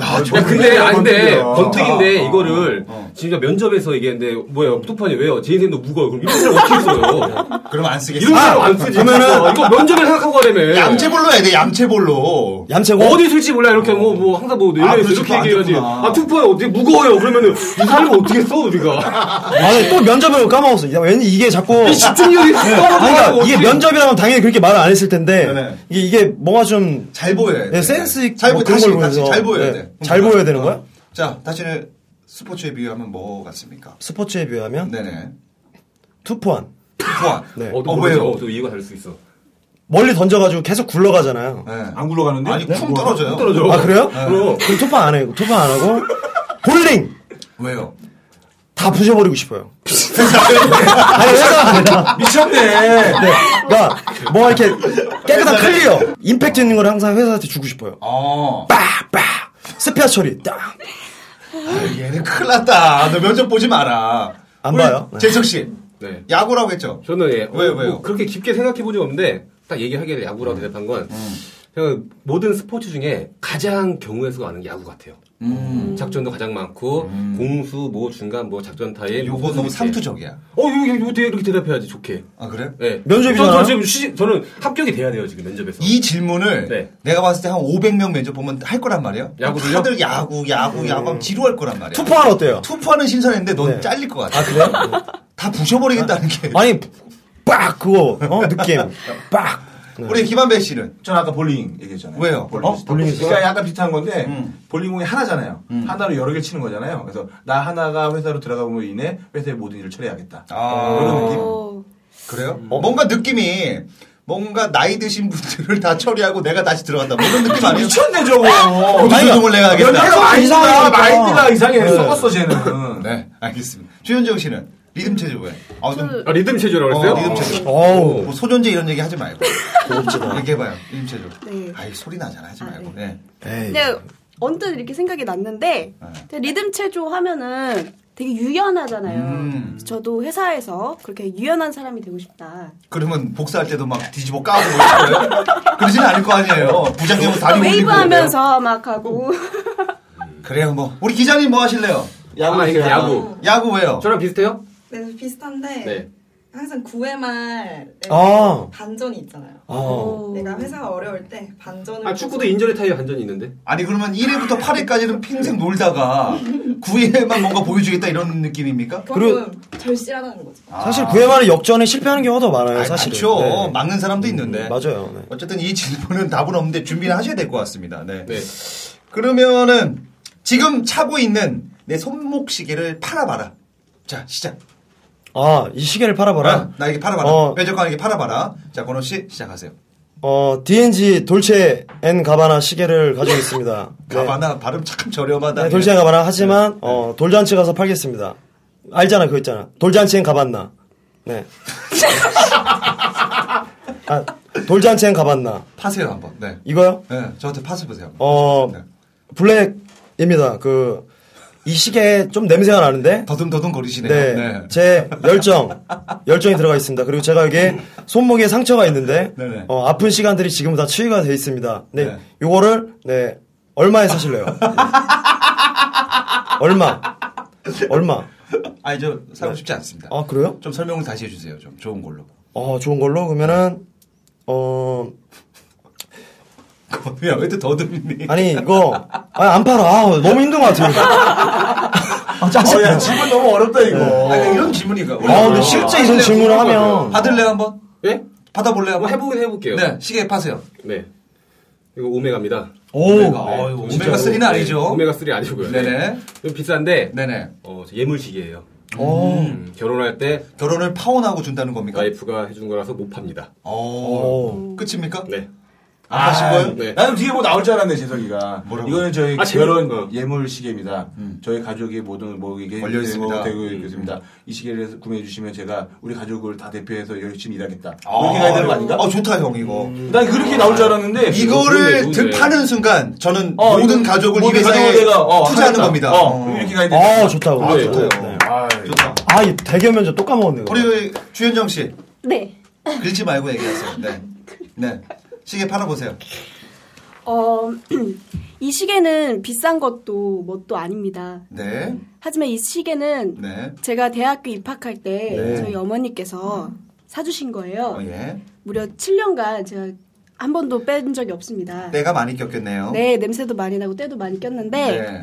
Speaker 7: 야,
Speaker 12: 야, 근데, 아, 근데, 번뜩인데,
Speaker 7: 아, 아,
Speaker 12: 이거를, 진짜 면접에서 얘기했는데, 뭐야, 투판이 왜요? 제 인생도 무거워. 그럼 이런 사람 어떻게 써요?
Speaker 7: 그럼 안 쓰겠어.
Speaker 12: 이런 사람 안 쓰지. 그러면은, 이거 면접에 생각하고 가라며.
Speaker 7: 아, 양채볼로 해야 돼. 양채볼로.
Speaker 8: 얌체고.
Speaker 12: 어디 쓸지 몰라, 이렇게 뭐, 뭐, 항상 뭐,
Speaker 7: 아,
Speaker 12: 연락에서
Speaker 7: 그래서
Speaker 12: 이렇게
Speaker 7: 안
Speaker 12: 얘기해야지.
Speaker 7: 됐구나.
Speaker 12: 아, 투파야 어떻게 무거워요? 그러면은, 이 사람을 어떻게 써, 우리가.
Speaker 8: 아, 근데 또 면접을 까먹었어. 야, 왠지 그러니까 이게 자꾸.
Speaker 12: 이 집중력이
Speaker 8: 아니,
Speaker 12: 떨어져.
Speaker 8: 그러니까 이게 면접이라면 당연히 그렇게 말을 안 했을 텐데
Speaker 7: 네네.
Speaker 8: 이게, 이게 뭔가 좀
Speaker 7: 잘 보여야 돼.
Speaker 8: 네, 센스 있고
Speaker 7: 잘 보.
Speaker 8: 뭐 그런
Speaker 7: 다시
Speaker 8: 걸
Speaker 7: 다시
Speaker 8: 보면서.
Speaker 7: 잘 보여야
Speaker 8: 네.
Speaker 7: 돼.
Speaker 8: 잘 보여야 되는 거야?
Speaker 7: 자, 다시는 스포츠에 비유하면 뭐 같습니까?
Speaker 8: 스포츠에 비유하면
Speaker 7: 네네.
Speaker 8: 투포한.
Speaker 7: 투포한.
Speaker 8: (laughs) 네.
Speaker 12: 어, 또 왜요? 또 이유가 다를 수 있어.
Speaker 8: 멀리 던져가지고 계속 굴러가잖아요.
Speaker 11: 안 굴러가는데?
Speaker 7: 네. 아니, 쿵 떨어져요.
Speaker 8: 아 그래요?
Speaker 7: 네.
Speaker 8: 그럼 투파 안 해요. 투파 안 하고 볼링
Speaker 7: 왜요?
Speaker 8: 다 부셔버리고 싶어요. 아니 회사입니다.
Speaker 11: 미쳤네.
Speaker 8: 네. 그러니까 뭐 이렇게 깨끗한 클리어 임팩트 있는 걸 항상 회사한테 주고 싶어요.
Speaker 7: 어.
Speaker 8: 스페어 처리 딱.
Speaker 7: 아, 얘는 큰일 났다. 너 면접 보지 마라.
Speaker 8: 안
Speaker 7: 우리
Speaker 8: 봐요. 네.
Speaker 7: 재석 씨.
Speaker 12: 네.
Speaker 7: 야구라고 했죠?
Speaker 12: 저는 예.
Speaker 7: 왜요,
Speaker 12: 어, 뭐
Speaker 7: 왜요? 음.
Speaker 12: 그렇게 깊게 생각해 본 적 없는데 딱 얘기하길 야구라고 대답한 건 그냥 모든 스포츠 중에 가장 경우의 수가 많은 게 야구 같아요.
Speaker 7: 음.
Speaker 12: 작전도 가장 많고 공수 뭐 중간 뭐 작전 타임
Speaker 7: 요거 너무 상투적이야.
Speaker 12: 어, 이거 이거 어떻게 이렇게 대답해야지 좋게.
Speaker 7: 아 그래?
Speaker 12: 네.
Speaker 7: 면접이잖아요.
Speaker 12: 저, 저 지금 취직- 저는 합격이 돼야 돼요 지금 면접에서.
Speaker 7: 이 질문을 내가 봤을 때 한 500명 면접 보면 할 거란 말이에요.
Speaker 12: 야구를요?
Speaker 7: 다들 야구, 야구,
Speaker 12: 음.
Speaker 7: 야구 하면 지루할 거란 말이야.
Speaker 8: 투포한 어때요?
Speaker 7: 투포하는 신선했는데 넌 잘릴 것 같아. 아, 그래요? (laughs) 다 부셔버리겠다는 게.
Speaker 8: 아니, 빡! 그거, 어, 느낌. 빡!
Speaker 7: 우리 김한배 씨는?
Speaker 11: 전 아까 볼링 얘기했잖아요.
Speaker 7: 왜요? 음.
Speaker 11: 볼링.
Speaker 8: 볼링
Speaker 11: 그러니까 약간 비슷한 건데 볼링 공이 하나잖아요. 하나로 여러 개 치는 거잖아요. 그래서 나 하나가 회사로 들어감으로 인해 회사의 모든 일을 처리하겠다. 이런
Speaker 7: 어.
Speaker 11: 느낌.
Speaker 7: 아,
Speaker 10: 어.
Speaker 7: 그래요? 뭔가 느낌이 뭔가 나이 드신 분들을 다 처리하고 내가 다시 들어간다. 뭐 이런 느낌 아니에요?
Speaker 11: 미쳤네
Speaker 8: 어,
Speaker 11: 저거.
Speaker 7: 모두 노동을 내가 하겠다.
Speaker 11: 연애가 이상해. 마인드가 이상해.
Speaker 7: 네.
Speaker 11: 썩었어 쟤는.
Speaker 7: (laughs) 네, 알겠습니다. 최현정 씨는 리듬 체조 왜? 아, 좀...
Speaker 12: 아, 리듬 체조라고 했어요?
Speaker 7: 리듬 체조.
Speaker 8: 어우.
Speaker 7: 뭐 소존재 이런 얘기 하지 말고.
Speaker 8: 고급지다.
Speaker 7: 얘기해봐요. 리듬 체조.
Speaker 10: 네.
Speaker 7: 아이 소리 나잖아 하지 말고. 네.
Speaker 10: 근데 언뜻 이렇게 생각이 났는데 리듬 체조 하면은 되게 유연하잖아요. 그래서 저도 회사에서 그렇게 유연한 사람이 되고 싶다.
Speaker 7: 그러면 복사할 때도 막 뒤집어 까고 뭐 이런 거예요? 그러진 않을 거 아니에요. 부장님은 다리 올리고.
Speaker 10: 네. 웨이브 하면서 막 하고 (laughs)
Speaker 7: 그래요 뭐. 우리 기자님 뭐 하실래요?
Speaker 12: 야구 아, 이거
Speaker 7: 하실래요?
Speaker 12: 야구.
Speaker 7: 야구 왜요?
Speaker 12: 저랑 비슷해요?
Speaker 14: 네, 비슷한데
Speaker 12: 네.
Speaker 14: 항상 구회말
Speaker 12: 아.
Speaker 14: 반전이 있잖아요.
Speaker 12: 어.
Speaker 14: 내가 회사가 어려울 때 반전을
Speaker 12: 아 축구도 인절의 타이어 반전이 있는데.
Speaker 7: 아니 그러면 1회부터 8회까지는 평생 놀다가 9회만 뭔가 보여주겠다 이런 느낌입니까?
Speaker 14: 그리고 절실하다는 거죠.
Speaker 8: 사실 구회만에 역전에 실패하는 경우가 더 많아요, 네, 사실.
Speaker 7: 그렇죠. 막는 사람도 있는데.
Speaker 8: 음, 맞아요. 네.
Speaker 7: 어쨌든 이 질문은 답은 없는데 준비를 하셔야 될 것 같습니다. 네. 그러면은 지금 차고 있는 내 손목 시계를 팔아봐라. 자 시작.
Speaker 8: 아, 이 시계를 팔아봐라.
Speaker 7: 아, 나에게 팔아봐라.
Speaker 8: 어.
Speaker 7: 면접관에게 팔아봐라. 자 권호 씨 시작하세요.
Speaker 8: 어, D&G 돌체 앤 가바나 시계를
Speaker 7: (laughs)
Speaker 8: 가지고 있습니다.
Speaker 7: 가바나 발음 참 저렴하다.
Speaker 8: 네, 돌체 앤 가바나. 하지만, 어, 돌잔치 가서 팔겠습니다. 알잖아, 그거 있잖아. 돌잔치 앤 가봤나.
Speaker 7: (laughs)
Speaker 8: 네. 아, 돌잔치 앤 가봤나.
Speaker 7: 파세요 한번. 네.
Speaker 8: 이거요?
Speaker 7: 네. 저한테 파세 보세요. 네.
Speaker 8: 어, 블랙입니다. 그, 이 시계 좀 냄새가 나는데.
Speaker 7: 더듬더듬 거리시네요.
Speaker 8: 네.
Speaker 7: 네.
Speaker 8: 제 열정, 열정이 들어가 있습니다. 그리고 제가 여기에 손목에 상처가 있는데,
Speaker 7: 네네.
Speaker 8: 어, 아픈 시간들이 지금 다 치유가 돼 있습니다. 네. 요거를, 네. 얼마에 (laughs) 사실래요? 네. 얼마? 얼마?
Speaker 7: (laughs) 아니 저 사고 싶지 않습니다.
Speaker 8: 아, 그래요?
Speaker 7: 좀 설명을 다시 해주세요. 좀 좋은 걸로. (laughs)
Speaker 8: 어, 좋은 걸로? 그러면은, 어,
Speaker 7: 야, 왜 또 더듬니?
Speaker 8: 아니, 이거, 아니, 안 팔아. 아, 너무 힘든 것 같아요. 이거. 아, 짜증나.
Speaker 7: 야, 질문 너무 어렵다, 이거. 아니, 이런 질문이니까.
Speaker 8: 아, 근데 실제 이런 질문을 하면.
Speaker 7: 받을래요, 한번?
Speaker 12: 예?
Speaker 7: 받아볼래요,
Speaker 11: 뭐
Speaker 7: 한번?
Speaker 12: 해보긴 해볼게요.
Speaker 7: 네, 시계 파세요.
Speaker 12: 네. 이거 오메가입니다.
Speaker 7: 오,
Speaker 11: 네.
Speaker 7: 오메가. 어이,
Speaker 12: 진짜로.
Speaker 7: 오메가 쓰리는 아니죠?
Speaker 12: 네, 오메가 3 아니고요.
Speaker 7: 네네.
Speaker 12: 좀 비싼데.
Speaker 7: 네네.
Speaker 12: 어, 저 예물시계예요.
Speaker 7: 오.
Speaker 12: 음, 결혼할 때
Speaker 7: 결혼을 파혼하고 준다는 겁니까?
Speaker 12: 와이프가 해준 거라서 못 팝니다.
Speaker 7: 오. 끝입니까? 아,
Speaker 12: 네.
Speaker 7: 안 파신 거예요?
Speaker 12: 네.
Speaker 11: 나는 뒤에 뭐 나올 줄 알았네 재석이가. 이거는 저희
Speaker 12: 아, 재밌-
Speaker 11: 결혼 예물 시계입니다. 저희 가족의 모든 뭐 이게
Speaker 7: 네. 걸려 있습니다.
Speaker 11: 뭐 되고 있습니다. 이 시계를 구매해 주시면 제가 우리 가족을 다 대표해서 열심히 일하겠다.
Speaker 7: 아,
Speaker 11: 이렇게 가야 되는 거 아닌가? 음.
Speaker 7: 아, 좋다, 형, 이거. 아,
Speaker 11: 난 그렇게 나올 줄 알았는데 네,
Speaker 7: 이거를 등 파는 순간 저는 모든 가족을 이 회사에 투자하는 겁니다. 네.
Speaker 11: 어, 이렇게 가야 돼.
Speaker 8: 아, 좋다고.
Speaker 11: 아,
Speaker 8: 좋다.
Speaker 11: 좋아요.
Speaker 8: 네.
Speaker 11: 아,
Speaker 7: 좋다.
Speaker 8: 아, 이 대결 면접 또 까먹었네. 이거.
Speaker 7: 우리 주현정 씨,
Speaker 10: 네.
Speaker 7: 글지 말고 얘기하세요. 네. 네. 시계 팔아보세요.
Speaker 10: 어, (clears throat) 이 시계는 비싼 것도 뭣도 아닙니다.
Speaker 7: 네.
Speaker 10: 하지만 이 시계는
Speaker 7: 네.
Speaker 10: 제가 대학교 입학할 때
Speaker 7: 네.
Speaker 10: 저희 어머니께서 사주신 거예요.
Speaker 7: 어, 예.
Speaker 10: 무려 7년간 제가 한 번도 뺀 적이 없습니다.
Speaker 7: 때가 많이 아. 꼈겠네요.
Speaker 10: 네, 냄새도 많이 나고 때도
Speaker 7: (clears throat)
Speaker 10: 많이 꼈는데
Speaker 7: 네.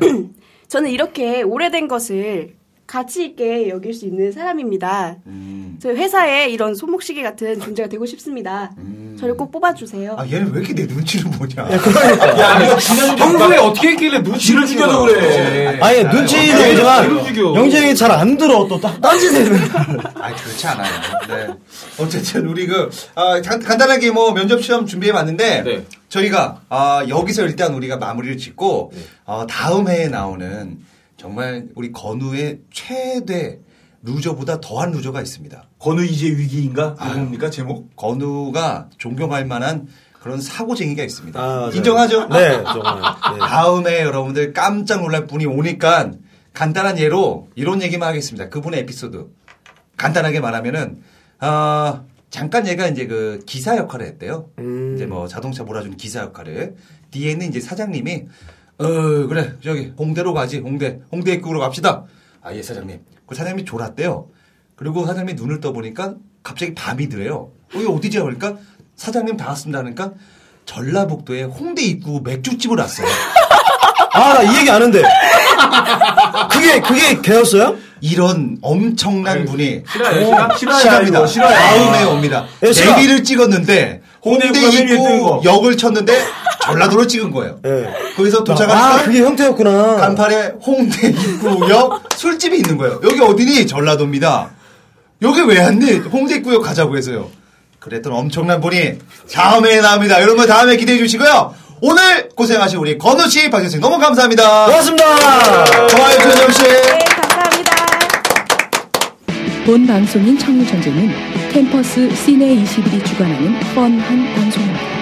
Speaker 10: 저는 이렇게 오래된 것을 가치 있게 여길
Speaker 7: 음.
Speaker 10: 수 있는 사람입니다. 저희 회사에 이런 손목시계 같은 존재가 되고 싶습니다.
Speaker 7: 음.
Speaker 10: 저를 꼭 뽑아주세요.
Speaker 7: 아, 얘는 왜 이렇게 내 눈치를 보냐.
Speaker 12: 야, 이거 지난주에 평소에 어떻게 했길래 눈치를 죽여서 그래.
Speaker 8: 아니 눈치도 오지만 영재 형이 잘 안 들어 또 따- 딴짓을
Speaker 7: 아, 그렇지 않아요. 네. 어쨌든 우리 그 아, 간- 간단하게 뭐 면접 시험 준비해 봤는데
Speaker 11: 네.
Speaker 7: 저희가 아, 여기서 일단 우리가 마무리를 짓고
Speaker 11: 네.
Speaker 7: 어, 다음 해에 나오는 정말 우리 건우의 최대 루저보다 더한 루저가 있습니다. 아.
Speaker 11: 건우 이제 위기인가? 누굽니까 제목?
Speaker 7: 건우가 존경할 만한 그런 사고쟁이가 있습니다.
Speaker 11: 아,
Speaker 7: 인정하죠?
Speaker 8: 네, 정말.
Speaker 7: 다음에 여러분들 깜짝 놀랄 분이 오니까 간단한 예로 이런 얘기만 하겠습니다. 그분의 에피소드. 간단하게 말하면은, 아, 잠깐 얘가 이제 그 기사 역할을 했대요. 이제 뭐 자동차 몰아주는 기사 역할을. 뒤에는 이제 사장님이, 어, 그래, 저기, 홍대로 가지, 홍대. 홍대 입구로 갑시다. 아, 예, 사장님. 그 사장님이 졸았대요. 그리고 사장님이 눈을 떠보니까 갑자기 밤이더래요. 어, 이거 어디지? 그러니까 사장님 다 왔습니다. 그러니까 전라북도에 홍대 입구 맥주집을 왔어요.
Speaker 8: 아, 나 이 얘기 아는데. 그게, 그게 개였어요?
Speaker 7: 이런 엄청난 분이
Speaker 11: 싫어요, 싫어? 싫어요,
Speaker 7: 싫어합니다.
Speaker 11: 이거 싫어요.
Speaker 7: 다음에
Speaker 11: 아.
Speaker 7: 옵니다.
Speaker 11: 예, 싫어.
Speaker 7: 대기를 찍었는데
Speaker 11: 홍대
Speaker 7: 홍대
Speaker 11: 입구가 맨 위에 뜨는
Speaker 7: 입구
Speaker 11: 거.
Speaker 7: 역을 쳤는데 전라도로 찍은 거예요. 거기서
Speaker 8: 아,
Speaker 7: 도착하니까
Speaker 8: 그게 형태였구나.
Speaker 7: 간판에 홍대 입구역 술집이 있는 거예요. 여기 어디니? 전라도입니다. 여기 왜 왔니? 홍대 입구역 가자고 해서요. 그랬던 엄청난 분이 다음에 나옵니다. 여러분 다음에 기대해 주시고요. 오늘 고생하신 우리 건우 씨, 박현 씨 너무 감사합니다.
Speaker 8: 고맙습니다.
Speaker 7: 고마워요, 조정 씨.
Speaker 10: 네,
Speaker 15: 본 방송인 청문전쟁은 캠퍼스 시내 21이 주관하는 뻔한 방송입니다.